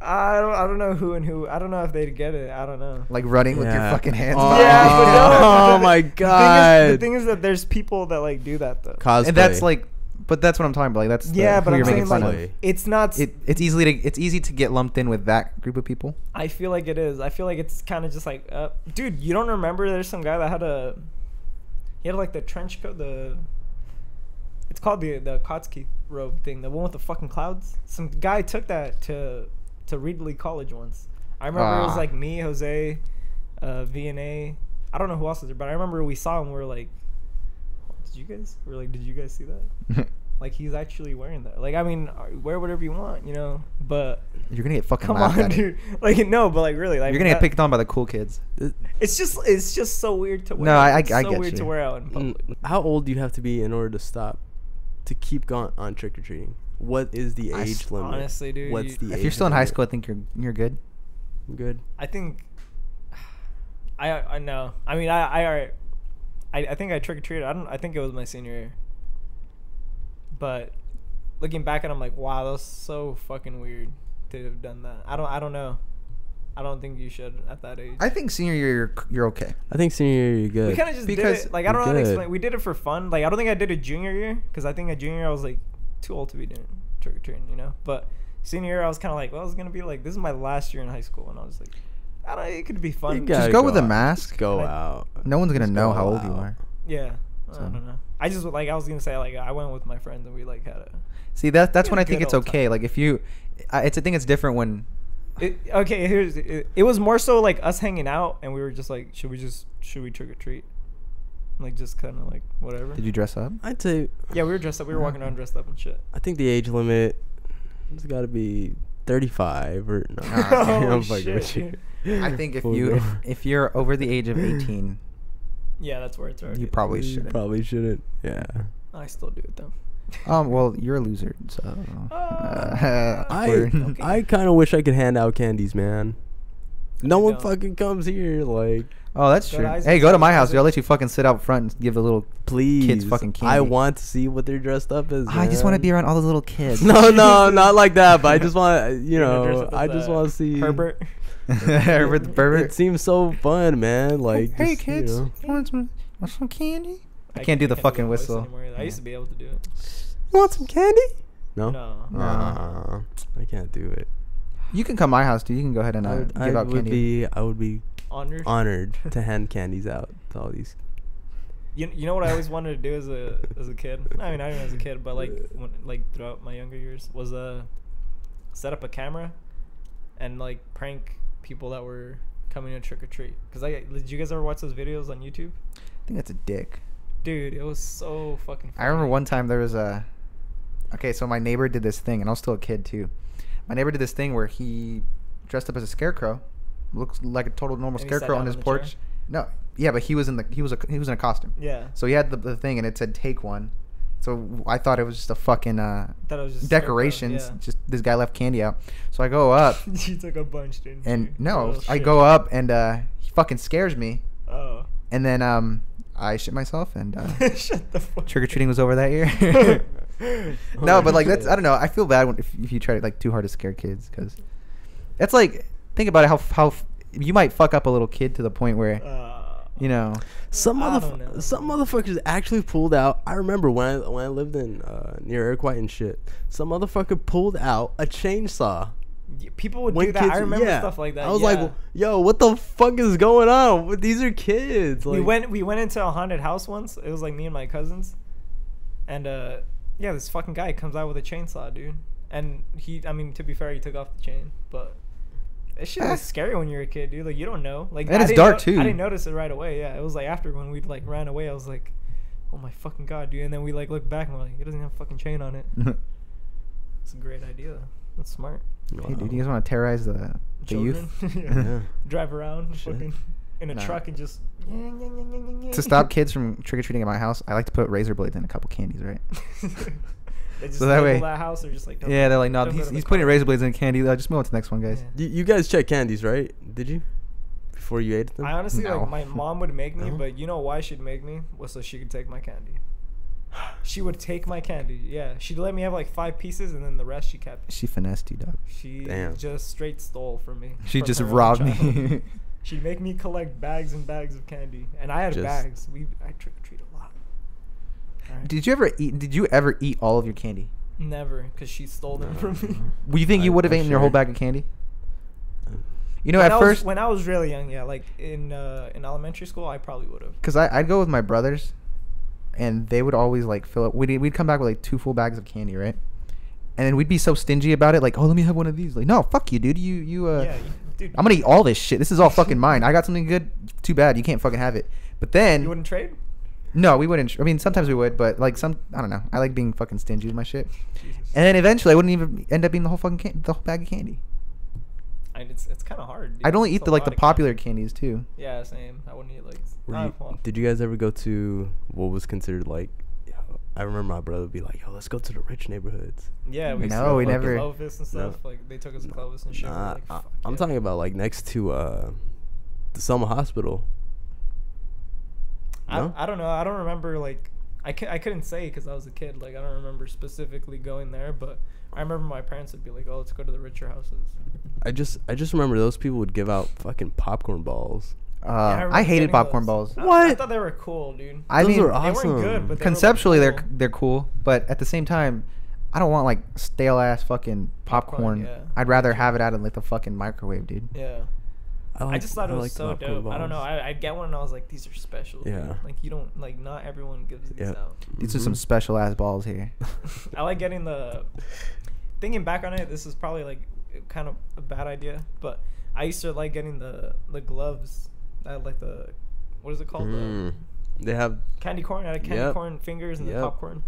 I don't. I don't know who and who. I don't know if they'd get it. I don't know. like running with your Yeah. fucking hands. Oh. behind yeah, you. but no. Oh my the thing is- God. the thing is that there's people that like do that though. cosplay. and that's like, but that's what I'm talking about. Like that's the- yeah, who but I'm you're saying making fun like of. Cosplay. it's not. It, it's easily to it's easy to get lumped in with that group of people. I feel like it is. I feel like it's kind of just like, uh, dude, you don't remember? There's some guy that had a, he had like the trench coat, the, it's called the the Kotsky robe thing, the one with the fucking clouds. Some guy took that to to Reedley College once. I remember it was Ah. like me, Jose, uh, VNA. I don't know who else was there, but I remember we saw him. We were like, did you guys? We were like, did you guys see that? Like he's actually wearing that. Like I mean, uh, wear whatever you want, you know. But You're gonna get fucking Come laughed on, at. dude. Like no, but like really, like You're gonna get that- picked on by the cool kids. Th- It's just it's just so weird to wear. No, out. I- I- It's I so get weird you. to wear out in Mm, public. How old do you have to be in order to stop to keep going on trick or treating? What is the I age s- limit? honestly, dude, What's you- the If age you're still in high limit? school, I think you're you're good. good. I think I I know. I mean, I I alright. I, I think I trick or treated. I don't. I think it was my senior year. But looking back at, it, I'm like, wow, that was so fucking weird to have done that. I don't. I don't know. I don't think you should at that age. I think senior year you're, you're okay. I think senior year you're good. We kind of just Because did it. Like I don't know how to you did. explain. We did it for fun. Like I don't think I did it junior year because I think a junior year I was like too old to be doing trick or treating, you know. But senior year I was kind of like, well, I was gonna be like, this is my last year in high school, and I was like, I don't. It could be You fun. gotta Just go with a out. mask. Just go I- out. No one's gonna Just know go how old you out. are. yeah. I So. don't know. I just like I was gonna say like I went with my friends and we like had a. See that that's Yeah, when I good think it's old okay. time. Like if you, I, it's I think it's different when. It, okay, here's it, it. was more so like us hanging out and we were just like, should we just should we trick or treat? Like just kind of like whatever. Did you dress Uh-huh. up? I'd say. Yeah, we were dressed up. We were walking around dressed up and shit. I think the age limit has got to be 35 or no. Oh, I'm fucking with shit. you. I think if For you if, real. if you're over the age of 18, Yeah, that's where it's already. you probably You shouldn't. probably shouldn't. Yeah. I still do it though. Um. Well, you're a loser. So. uh, Ah. Oh. I awkward. Okay. I kind of wish I could hand out candies, man. No I one don't. fucking comes here. Like, Oh, that's Go true. to Isaac's Hey, go to my house, house. dude. I'll Isaac. let you fucking sit out front and give the little. please. fucking I candy. want to see what they're dressed up as. I just want to man. be around all those little kids. No, no, not like that. But I just want, you You're gonna dress know, up as, I just uh, want to see Herbert. Herbert the It- Pervert. It seems so fun, Oh, man. Like, hey just, you kids, know. you want some, want some candy? I can't do the that fucking voice whistle. anymore. I used to be able to do it. You want some candy? No. No. No. Nah, I can't do it. You can come to my house, dude. You can go ahead and uh, I would, give I out would candy. be, I would be Honored. honored to hand candies out to all these. You, you know what I always wanted to do as a as a kid. I mean, not even as a kid, but like when, like throughout my younger years was uh set up a camera and like prank people that were coming to trick or treat. Cause I did you guys ever watch those videos on YouTube? I think that's a dick. Dude, it was so fucking. I remember funny. one time there was a. Okay, so my neighbor did this thing, and I was still a kid too. My neighbor did this thing where he dressed up as a scarecrow, looks like a total normal And he sat scarecrow on down on his the chair? porch. No, yeah, but he was in the he was a he was in a costume. Yeah. So he had the, the thing, and it said "Take one," So I thought it was just a fucking uh, Thought it was just decorations. scarecrow, yeah. Just this guy left candy out. So I go up you took a bunch, didn't you? and no, Oh, I shit. go up and uh, he fucking scares me. Oh. And then um, I shit myself and uh, Shut the fuck. trick or treating was over that year. no, Oh, but like that's shit. I don't know. I feel bad when, if if you try to like too hard to scare kids because that's like think about it how how f- you might fuck up a little kid to the point where Uh, you know Some I don't know. motherf- some motherfuckers actually pulled out. I remember when I when I lived in uh, near Iroquois and shit. Some motherfucker pulled out a chainsaw. y- people would When do that. I kids- remember yeah. stuff like that. I was yeah. like, "Yo, what the fuck is going on? What- These are kids." Like, we went we went into a haunted house once. It was like me and my cousins, and uh, yeah, this fucking guy comes out with a chainsaw, dude. And he, I mean, to be fair, he took off the chain, but that shit Eh. was scary when you're a kid, dude. Like you don't know. Like And I it's didn't dark, know- too. I didn't notice it right away. Yeah, it was like after when we like ran away, I was like, oh my fucking god, dude. And then we like looked back and we're like, it doesn't have a fucking chain on it. It's a great idea. though. That's smart. Hey, dude, you guys want to terrorize the, the Children. youth? yeah. Yeah. Drive around Shit. fucking in a Nah. truck and just to stop kids from trick or treating at my house, I like to put razor blades in a couple candies, right? they just So that label way- that house or just like don't- yeah, they're like, no, don't go he's, to the he's putting car." razor blades in candy. I'll just move on to the next one, guys. Yeah. You, you guys check candies, right? Did you before you ate them? I honestly No. like my mom would make me, No? but you know why she'd make me was so she could take my candy. She would take my candy. Yeah, she'd let me have like five pieces and then the rest she kept. She finessed you, dog. She Damn. just straight stole from me. She from just her own robbed childhood. me. She'd make me collect bags and bags of candy, and I had Just- bags. We I trick or treat a lot. Alright. Did you ever eat? Did you ever eat all of your candy? Never, because she stole them No, from me. no. Well, you think you I- would have I'm eaten your whole sure. bag of candy? You know, when at I was, first, when I was really young, yeah, like in uh, in elementary school, I probably would have. because I I'd go with my brothers, and they would always like fill up. We'd we'd come back with like two full bags of candy, right? And then we'd be so stingy about it, like, oh, let me have one of these. Like, no, fuck you, dude. You you uh, yeah, you, dude. I'm gonna eat all this shit. This is all fucking mine. I got something good. Too bad you can't fucking have it. But then You wouldn't trade. No, we wouldn't. I mean, sometimes we would, but like some, I don't know. I like being fucking stingy with my shit. Jesus. And then eventually, I wouldn't even end up eating the whole fucking can- the whole bag of candy. I mean, it's it's kind of hard. dude. I'd only It's eat a the like lot the of popular candy. candies too. Yeah, same. I wouldn't eat like. Were uh, you- well, did you guys ever go to what was considered like? I remember my brother would be like, "Yo, let's go to the rich neighborhoods." Yeah, we used to No, go we fucking never- Clovis and No. stuff. Like they took us to No, Clovis and shit. we were nah, like, I, "Fuck I'm yeah." talking about like next to uh, the Selma Hospital. No? I, I don't know. I don't remember like I, cou- I couldn't say because I was a kid. Like I don't remember specifically going there, but I remember my parents would be like, "Oh, let's go to the richer houses." I just I just remember those people would give out fucking popcorn balls. Uh, Yeah, I, remember hated getting popcorn those. balls. I- I What? thought they were cool, dude. I Those mean, are they awesome. weren't good, but they Conceptually, were they're like, cool. they're cool, but at the same time, I don't want like stale ass fucking popcorn. Popcorn, yeah. I'd rather have it out in like the fucking microwave, dude. yeah. I like- just thought it was like so popcorn dope. I don't know. balls. I I get one and I was like, these are special. dude. Yeah. Like you don't like not everyone gives these Yeah. out. These are some Mhm. special ass balls here. I like getting the thinking back on it. This is probably like kind of a bad idea, but I used to like getting the the gloves. I had, like the what is it called? Mm. The They have candy corn. I had candy Yep. corn fingers and the Yep. popcorn.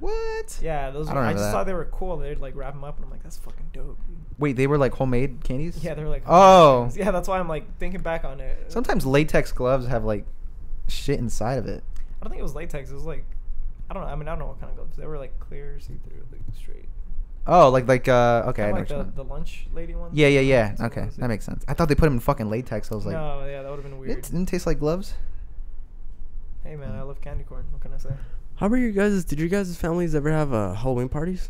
What? Yeah, those. I I, don't I remember that. just thought they were cool. They'd like wrap them up, and I'm like, that's fucking dope. Dude. Wait, they were like homemade candies? Yeah, they're like. Oh. Yeah, that's why I'm like thinking back on it. Sometimes latex gloves have like shit inside of it. I don't think it was latex. It was like, I don't know. I mean, I don't know what kind of gloves. They were like clear, see through, like straight. Oh, like like uh okay, I know Kinda like what you the, mean. the lunch lady one. Yeah, yeah, yeah. Some of Okay, those, yeah. that makes sense. I thought they put them in fucking latex. I was like, no, yeah, that would have been weird. it didn't taste like gloves. Hey man, I love candy corn. What can I say? How about your guys? Did your guys' families ever have uh, Halloween parties?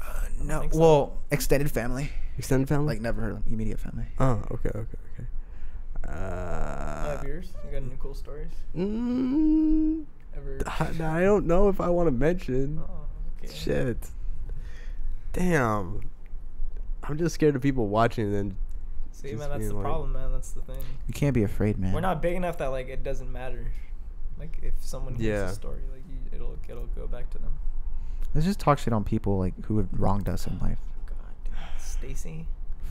Uh, don't think so. extended family. Extended family? Like never heard of immediate family. Oh, okay, okay, okay. I Uh, have yours. You got any cool stories? Mm, Ever? I, I don't know if I want to mention. Oh, okay. Shit. Damn. I'm just scared of people watching and then See, Just man, that's being the like- problem, man. That's the thing. You can't be afraid, man. We're not big enough that like it doesn't matter. Like if someone hears Yeah. a story, like you, it'll it'll go back to them. Let's just talk shit on people like who have wronged us in life. God, dude, Stacy.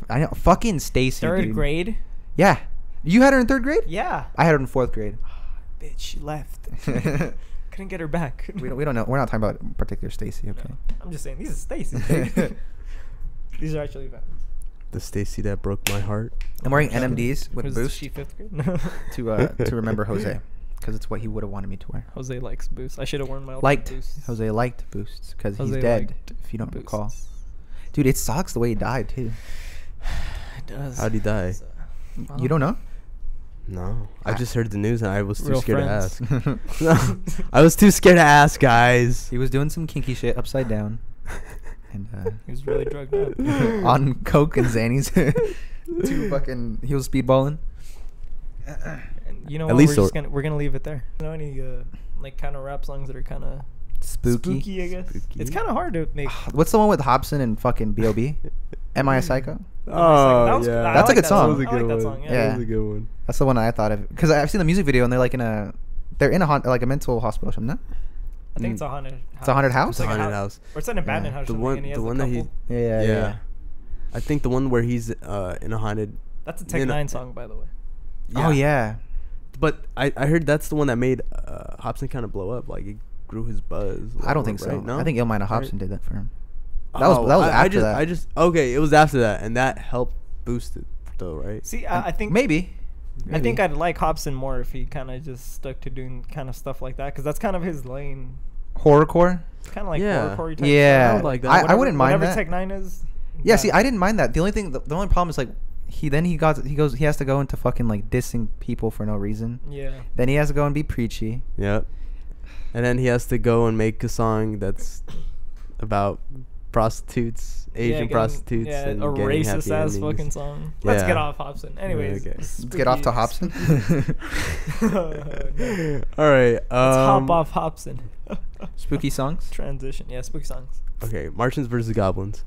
I know, fucking Stacy. Third dude. grade. Yeah, you had her in third grade. Yeah. I had her in fourth grade. Bitch, she left. Couldn't get her back. we don't. We don't know. We're not talking about particular Stacy. No, Okay. I'm just saying these are Stacy's. these are actually facts. the Stacy that broke my heart. I'm wearing NMDs with Was Boost uh, She fifth grade. No. to uh, to remember Jose. because it's what he would have wanted me to wear. Jose likes boosts. I should have worn my old Liked boosts. Jose liked Boosts because he's Jose dead. liked If you don't recall, Boosts. dude, it sucks the way he died too. It does. uh, How'd he die? So, well, You don't know? No, I I- just heard the news and I was too Real scared friends. to ask. No, I was too scared to ask, guys. He was doing some kinky shit upside down and uh, He was really drugged up. on coke and Xannies. Two fucking he was speedballing. And you know At what? least we're just so- gonna we're gonna leave it there. You know any uh, like kind of rap songs that are kind of Spooky. Ah, I guess it's Spooky. kind of hard to make. What's the one with Hobson and fucking B.O.B.? Am I a psycho? Oh, That was- yeah. I That's a like good that song. song. I like that song, yeah. That Yeah. was a good one. That's the one I thought of because I've seen the music video and they're like in a they're in a haunt, like a mental hospital. or something, no? I think it's a haunted. It's a haunted house. It's a haunted house. Or it's an abandoned Yeah. house. or The something, one- and he the has a one that he- couple. Yeah, yeah. Yeah. I think the one where he's uh, in a haunted. That's a Tech you know- Nine song, by the way. Oh yeah. But I, I heard that's the one that made uh, Hobson kind of blow up. Like it grew his buzz. I don't like, think so. right? No? I think Illmind Right? Hobson did that for him. That was- that was Oh, I, I after just, that. I just okay. It was after that, and that helped boost it though, right? See, I, I think maybe. I think Maybe. I'd like Hobson more if he kind of just stuck to doing kind of stuff like that because that's kind of his lane. horrorcore. It's kind of like Yeah. horrorcore type Yeah, stuff. I would like that. I, Whatever- wouldn't mind whatever that. Tech Nine is. Yeah, see, that- I didn't mind that. The only thing, the, the only problem is like he then he got he goes he has to go into fucking like dissing people for no reason. Yeah. Then he has to go and be preachy. Yep. And then he has to go and make a song that's about prostitutes, Yeah, Asian getting- prostitutes, Yeah, and a getting racist happy ass endings. fucking song. Let's Yeah. get off Hobson. Anyways, okay. Let's Let's get off to spooky- Hobson. No. All right. Um, Let's hop off Hobson. Spooky songs. Transition. Yeah, spooky songs. Okay, Martians versus Goblins.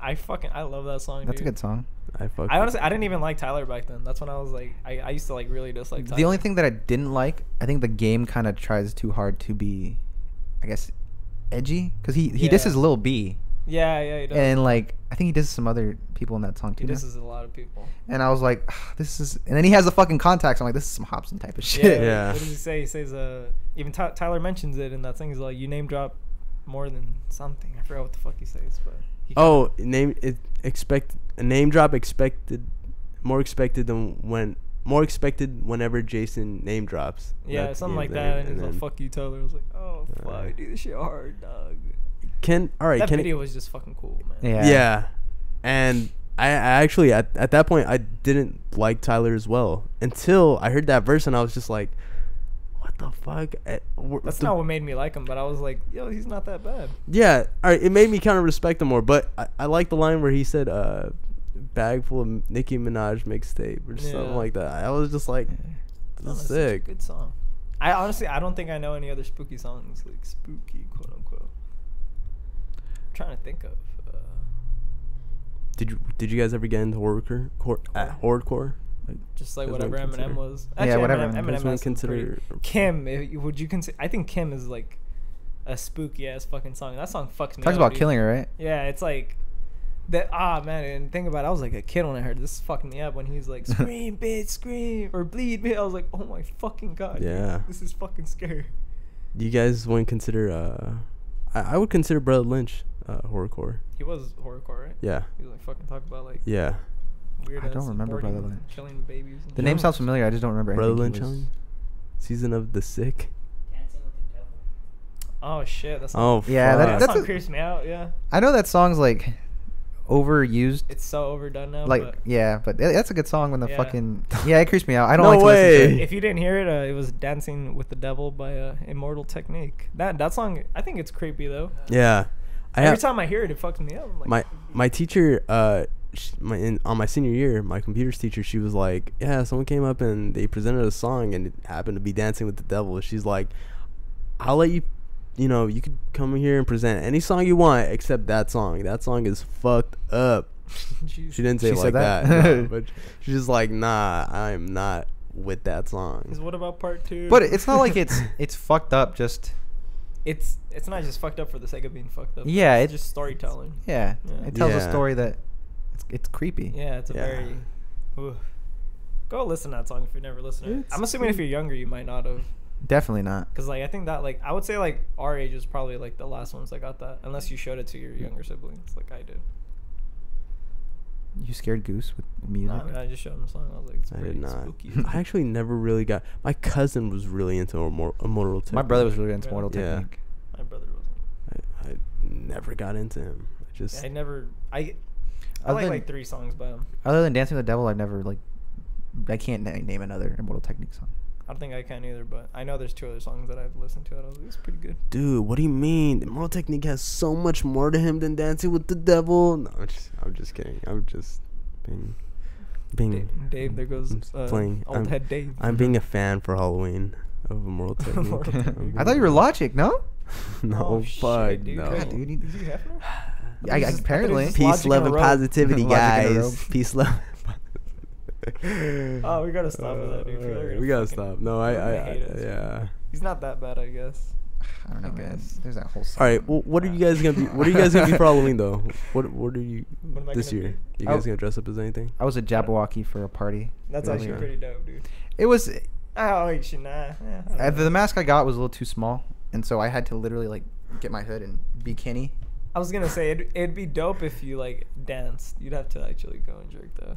I fucking I love that song. That's a dude. good song. I fuck. I honestly I didn't even like Tyler back then. That's when I was like I, I used to like really dislike Tyler. The only thing that I didn't like, I think the game kind of tries too hard to be, I guess, edgy because he he Yeah. disses Lil B Yeah, yeah, he does. and like I think he disses some other people in that song too. Dude, no? this is a lot of people. and I was like, "Ah, this is, and then he has the fucking contacts. I'm like, this is some Hobson type of shit. Yeah. Yeah. What does he say? He says, uh, even Ty Tyler mentions it in that thing. He's like, you name drop more than something. I forgot what the fuck he says, but. He Oh, name it expect a name drop expected more expected than when more expected whenever Jason name drops. Yeah, That's something the like name, that. And he's like, then- fuck you, Tyler. I was like, oh, Uh, fuck, I do this shit hard, dog. Can all right? that can video it, was just fucking cool, man. Yeah. yeah. and I, I actually at at that point I didn't like Tyler as well until I heard that verse and I was just like, what the fuck? Eh, wh- That's the- not what made me like him, but I was like, yo, he's not that bad. Yeah, all right. It made me kind of respect him more, but I, I like the line where he said, uh, "Bag full of Nicki Minaj mixtape" or Yeah. something like that. I was just like, No, "That's that's such a sick." good song. I honestly, I don't think I know any other spooky songs like spooky, quote unquote. I'm trying to think of. Uh, Did you Did you guys ever get into horrorcore? Hor- uh, horrorcore? Like, just like does one whatever Eminem consider- was. Yeah, whatever Eminem, Eminem- Eminem does one has some pretty- consider- Kim, if you- would you consider? I think Kim is like a spooky ass fucking song. That song fucks me. Talks up, about dude. killing her, right? Yeah, it's like that. Ah, man, and think about. it. I was like a kid when I heard this. Is fucking me up when he's like scream, bitch, scream or bleed, bitch. I was like, oh my fucking god. dude, Yeah. this is fucking scary. You guys wouldn't consider? Uh, I, I would consider Brother Lynch uh, horrorcore. He was horrorcore, right? Yeah, He was like fucking talk about like yeah. weird. I don't remember Brother Lynch. Killing babies. and The shit. name sounds familiar. I just don't remember. I Brother think he Lynch, was- Allen? season of the sick. Dancing with the Devil. Oh shit, that's. Oh, Yeah, that- fuck. that that's song a- creeps me out. Yeah, I know that song's like overused. it's so overdone now. like but yeah, but tha- that's a good song when the Yeah. fucking yeah, it creeps me out. I don't No like to listen way. to if you didn't hear it, uh, it was "Dancing with the Devil" by uh, Immortal Technique. That that song, I think it's creepy though. yeah. I Every have- time I hear it, it fucks me up. I'm like, mm-hmm. my my teacher uh sh my in, on my senior year my computers teacher she was like yeah someone came up and they presented a song and it happened to be dancing with the devil she's like i'll let you you know you could come here and present any song you want except that song that song is fucked up Jesus. she didn't say She it said like that? that, no, but she's just like nah i'm not with that Is song what about part two? But it's not like it's it's fucked up. Just it's it's not just fucked up for the sake of being fucked up. Yeah, it's it- just storytelling. yeah, Yeah. it tells a Yeah. story that it's, it's creepy. Yeah, it's a Yeah. very. Oof. Go listen to that song if you never listened. to it. It's I'm assuming if you're younger, you might not have. definitely not. Cause like I think that like I would say like our age was probably like the last ones that got that unless you showed it to your younger siblings like I did. You scared goose with music? Nah, I, mean, I just showed him the song. I was like, it's I pretty did not. spooky. I actually never really got. My cousin was really into Immor- Immortal Technique. My brother was really into Yeah. Mortal Yeah. Technique. My brother wasn't. I, I never got into him. I just. I never. I. I Other like than- like three songs by him. Other than Dancing with the Devil, I've never like. I can't na- name another Immortal Technique song. I don't think I can either, but I know there's two other songs that I've listened to. And I was like, it's pretty good. Dude, what do you mean? Immortal Technique has so much more to him than Dancing with the Devil. No, I'm just, I'm just kidding. I'm just being, being Dave, Dave, there goes I'm just uh, playing. old I'm, head Dave. I'm being a fan for Halloween of Immortal Immortal Technique. I'm Technique. I being thought you were a- Logic, no? no, Oh, shit, fuck dude. no. God, dude, you- Is he Hefner? Yeah, I- Just- apparently. it's Peace, Logic Peace, in love, a and row. positivity, Logic in a row. guys. Peace, love. Oh, we gotta stop with that, dude. People are gonna Uh, we gotta fucking- stop. No, I, they're I, gonna I hate us. yeah. He's not that bad, I guess. I don't know, I man. guess. There's that whole. Song. All right. Well, what are you guys gonna be? What are you guys gonna be for Halloween though? What What are you What am I this gonna year? be? You guys Oh. gonna dress up as anything? I was at Jabberwocky for a party. That's Really? actually Yeah. pretty dope, dude. It was. Oh, you should not. Yeah, I don't Uh, the, know. the mask I got was a little too small, and so I had to literally like get my hood and be Kenny. I was gonna say it'd, it'd be dope if you like danced. You'd have to actually go and jerk though.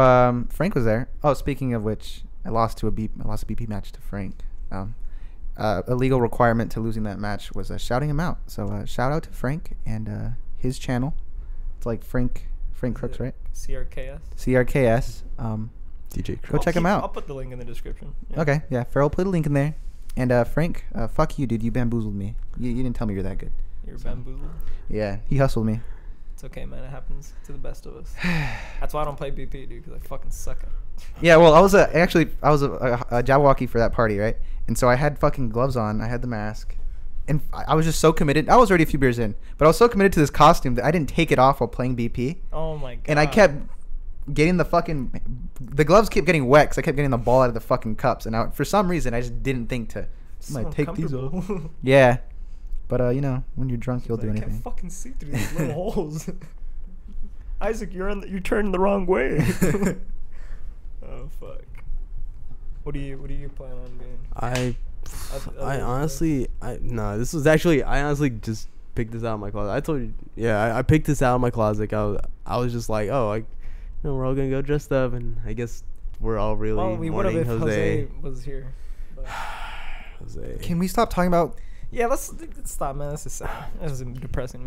Um, Frank was there. Oh, speaking of which, I lost to a B. I lost a BP match to Frank. Um, uh, a legal requirement to losing that match was uh, shouting him out. So uh, shout out to Frank and uh, his channel. It's like Frank Frank Is Crooks, it right? CRKS. CRKS. Um, DJ Go I'll check Crooks. him keep- out. I'll put the link in the description. Okay, yeah. Farrell put a link in there. And uh, Frank, uh, fuck you, dude. You bamboozled me. You, you didn't tell me you're that good. You're So, bamboozled. Yeah, he hustled me. It's okay, man. It happens to the best of us. That's why I don't play BP, dude, because I fucking suck at. Yeah, well, I was uh, actually I was a, a, a Jabberwocky for that party, right? And so I had fucking gloves on, I had the mask, and I I was just so committed. I was already a few beers in, but I was so committed to this costume that I didn't take it off while playing BP, Oh my god. and I kept getting the fucking the gloves kept getting wet 'cause I kept getting the ball out of the fucking cups, and I, for some reason I just didn't think to It's "I'm gonna so take these off. uncomfortable. yeah, but uh, you know when you're drunk you'll Like, do I anything. can't fucking see through these little holes. Isaac, you're on. The, you're turning the wrong way. oh fuck. What do you What do you plan on being? I, Oth- I other- honestly, I no. This was actually, I honestly just picked this out of my closet. I told you, yeah, I, I picked this out of my closet. I was, I was just like, oh, I, you know, we're all gonna go dressed up, and I guess we're all really well, we would have morning if Jose. Jose was here. but- Jose. Can we stop talking about Yeah, let's, let's stop, man. This is sad. This is depressing,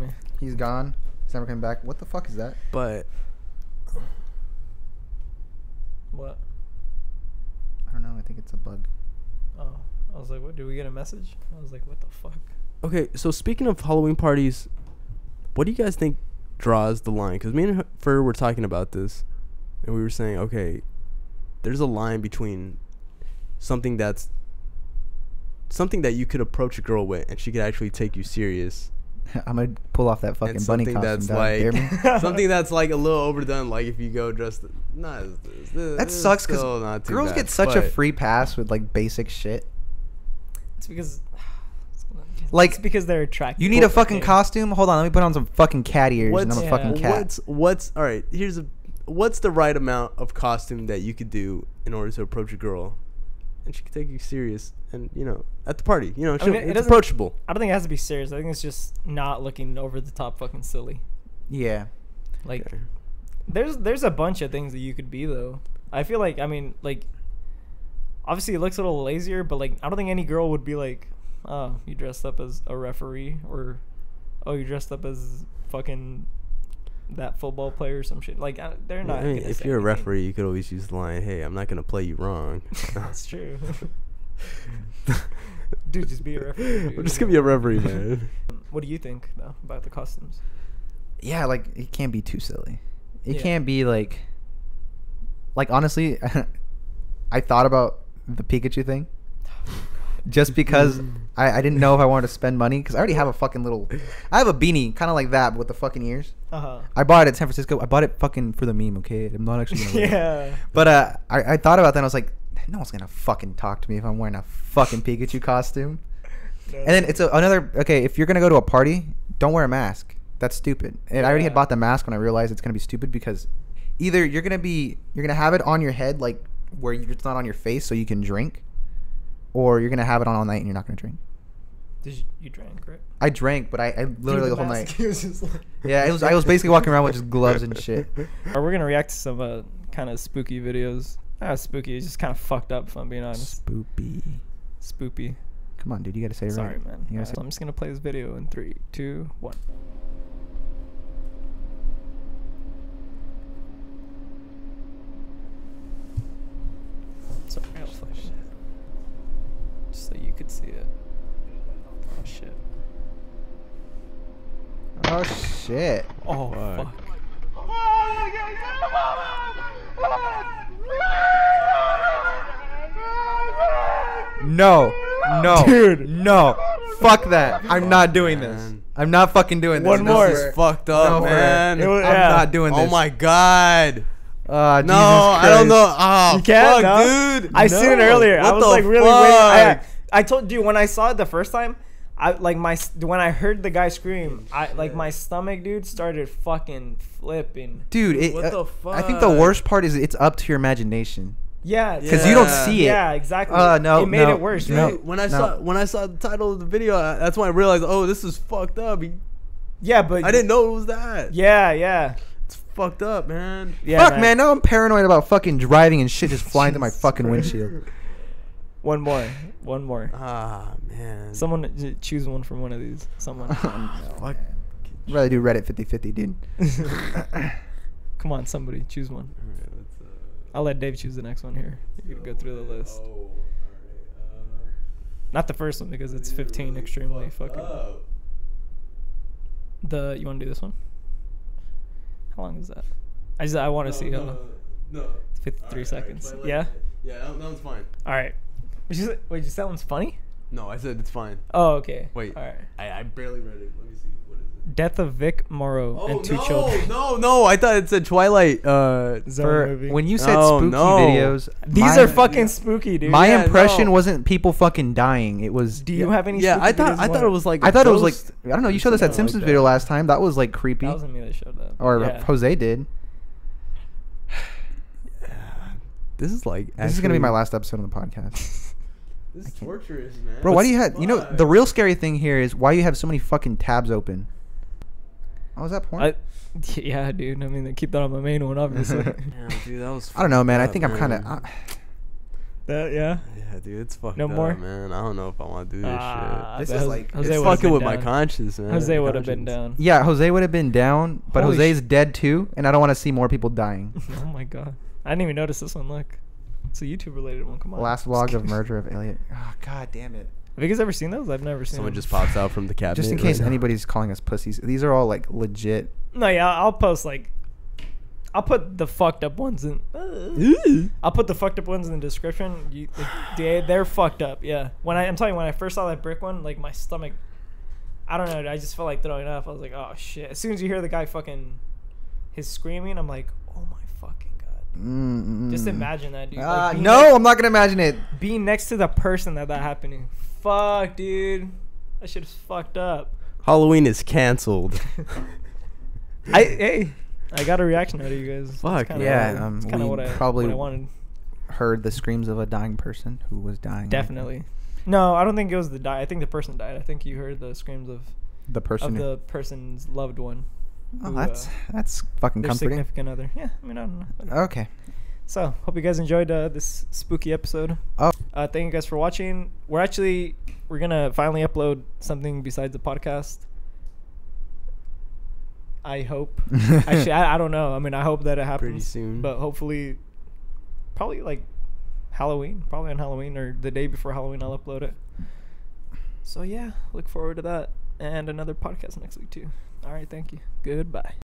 man. he's gone, he's never coming back? What the fuck is that? But What? I don't know. I think it's a bug. Oh, I was like, what? Did we get a message? I was like, what the fuck? okay, so speaking of Halloween parties, what do you guys think draws the line? Because me and Fur were talking about this, and we were saying, okay, there's a line between something that's something that you could approach a girl with, and she could actually take you serious, I'm gonna pull off that fucking and bunny something costume. that's dog. Dare me? like something that's like a little overdone. Like if you go dressed, not as- it's- that it's sucks because still not too girls bad, get such a but- free pass with like basic shit. It's because. it's gonna- Like, it's because they're attractive. You need a fucking eh, Okay. costume. Hold on, let me put on some fucking cat ears, and I'm a What's- fucking yeah. cat. What's what's all right? Here's a what's the right amount of costume that you could do in order to approach a girl, and she could take you serious, and you know at the party, you know I she, mean, it it's doesn't- approachable. I don't think it has to be serious. I think it's just not looking over the top fucking silly. Yeah, Like, Okay. there's there's a bunch of things that you could be though. I feel like I mean like, obviously it looks a little lazier, but like I don't think any girl would be like, oh, you dressed up as a referee or, oh, you dressed up as fucking that football player or some shit. Like I, they're not. I mean, gonna if say you're a anything. referee, you could always use the line, "Hey, I'm not gonna play you wrong." That's true. Dude, just be a referee, I'm just dude. gonna be a referee, man. what do you think though about the costumes? yeah. Like it can't be too silly. It Yeah. can't be like, like honestly, I thought about the Pikachu thing just because I, I didn't know if I wanted to spend money because I already have a fucking little. I have a beanie kind of like that but with the fucking ears. Uh huh. I bought it at San Francisco. I bought it fucking for the meme, okay? I'm not actually gonna wear it. Yeah. But uh I, I thought about that and I was like, no one's gonna fucking talk to me if I'm wearing a fucking Pikachu costume. And then it's a, another okay, if you're gonna go to a party, don't wear a mask. That's stupid. And I already had Yeah. bought the mask when I realized it's gonna be stupid because either you're gonna be you're gonna have it on your head like where you, it's not on your face so you can drink, or you're gonna have it on all night and you're not gonna drink. Did you, you drank, right? I drank, but I, I literally Dude, the whole mask, night. he was just like- Yeah, it was- I was basically walking around with just gloves and shit. Alright, we're gonna react to some uh, kind of spooky videos. Not spooky, it's just kind of fucked up. If I'm being honest, Spoopy. spoopy. Come on, dude, you gotta say it Sorry, right. man. You Uh, gotta say- so I'm just gonna play this video in three, two, one. Sorry, I'll Oh, flash it. Just so you could see it. Oh shit. Oh shit. Oh Fuck. fuck. No, no, Dude. no. Fuck that. I'm not doing this. Man. I'm not fucking doing this. One This more. is- This is Fucked up, No, for- man. It was- I'm yeah. not doing oh this. my god. Uh, No, I don't know. Uh, Oh, You can't, fuck, no. dude. I seen it No. earlier. I What was the like really waiting. fuck? I, I told you when I saw it the first time, I like my s- when I heard the guy scream, I like my stomach, dude, started fucking flipping. Dude, it, What uh, the I think the fuck? worst part is it's up to your imagination. Yeah, Because you don't Yeah. see it. Yeah, exactly. Uh, no, it made no, it worse. no. right? Dude, when I no. saw when I saw the title of the video, I, that's when I realized, oh, this is fucked up. He- Yeah, but I didn't know it was that. Yeah, yeah, It's fucked up, man. yeah. Fuck, man. Now I'm paranoid about fucking driving and shit just flying through my fucking windshield. One more, one more. Ah, man. Someone j- choose one from one of these. Someone. Fuck. I'd rather do Reddit 50-50, dude. Come on, somebody choose one. Alright, let's, uh, I'll let Dave choose the next one here. You can go through the list. Oh, uh, alright, Not the first one because it's uh, 15 really extremely fucked fucking. up. The you want to do this one? How long is that? I just I want to No, see how. no, no. 53 Alright, alright, seconds. play later. Yeah? Yeah, that, that one's fine. All right. Would you say, wait, you said that one's funny? No, I said it's fine. Oh, okay. Wait. All right. I, I barely read it. Let me see. What is it? Death of Vic Morrow and two Oh, no, children. no, no! I thought it said Twilight. Uh, Zone For, movie. when you said No, spooky Oh, no. videos, These my- are fucking spooky, dude. My Yeah, impression no. wasn't people fucking dying. It was. Do you have any? yeah, spooky I thought videos I you thought it wanna- was like. I thought it was like Ghost I don't know. You or showed us that something like Simpsons video that. last time. That was like creepy. That wasn't me that showed that. or yeah. Jose did. This is like. This is gonna be my actually- last episode on the podcast, This I is can't- torturous, man. bro. Why do you have? You know, the real scary thing here is why you have so many fucking tabs open. Oh, is that porn? I, yeah, dude. I mean, they keep that on my main one, obviously. Damn, dude, that was. I don't know, man. I fucked think up, I'm kind of. man. that yeah. Yeah, dude, it's fucked No up, more? man. I don't know if I want to do this Ah, shit. This but is Jose- like- Jose it's would've fucking been with my down. conscience, man. Jose would have been down. Conscience. yeah, Jose would have been down, but Holy Jose's sh- dead too, and I don't want to see more people dying. oh my god. I didn't even notice this one. Look. It's a YouTube related one. Come on. Last vlog of murder of Elliot. Oh, God damn it! Have you guys ever seen those? I've never seen Someone them. just pops out from the cabinet. Just in right case now. anybody's calling us pussies, these are all like legit. No, yeah, I'll post like. I'll put the fucked up ones in. Ew. I'll put the fucked up ones in the description. You, they, they're fucked up. Yeah. When I, I'm telling you, when I first saw that brick one, like my stomach, I don't know. dude, I just felt like throwing up. I was like, oh shit. As soon as you hear the guy fucking, his screaming, I'm like, oh my fucking god. Mm-mm. Just imagine that, dude. Like, Ah, being no, next- I'm not gonna imagine it. being next to the person that that happening. Fuck, dude. That shit is fucked up. Halloween is canceled. I hey, I got a reaction out of you guys. That's Fuck, kinda yeah, what I- um, that's kinda we what I, probably- Mm. what I wanted. Heard the screams of a dying person who was dying. Definitely. No, I don't think it was the die. I think the person died. I think you heard the screams of The person. of who- the person's loved one. Oh, who, that's uh, that's fucking their comforting. significant other. Yeah, I mean, I don't know. Okay. So, hope you guys enjoyed uh, this spooky episode. Oh, Uh, thank you guys for watching. We're actually we're gonna finally upload something besides the podcast. I hope. actually, I, I don't know. I mean, I hope that it happens soon. but hopefully, probably like Halloween, probably on Halloween or the day before Halloween, I'll upload it. So yeah, look forward to that and another podcast next week too. All right, thank you. Goodbye.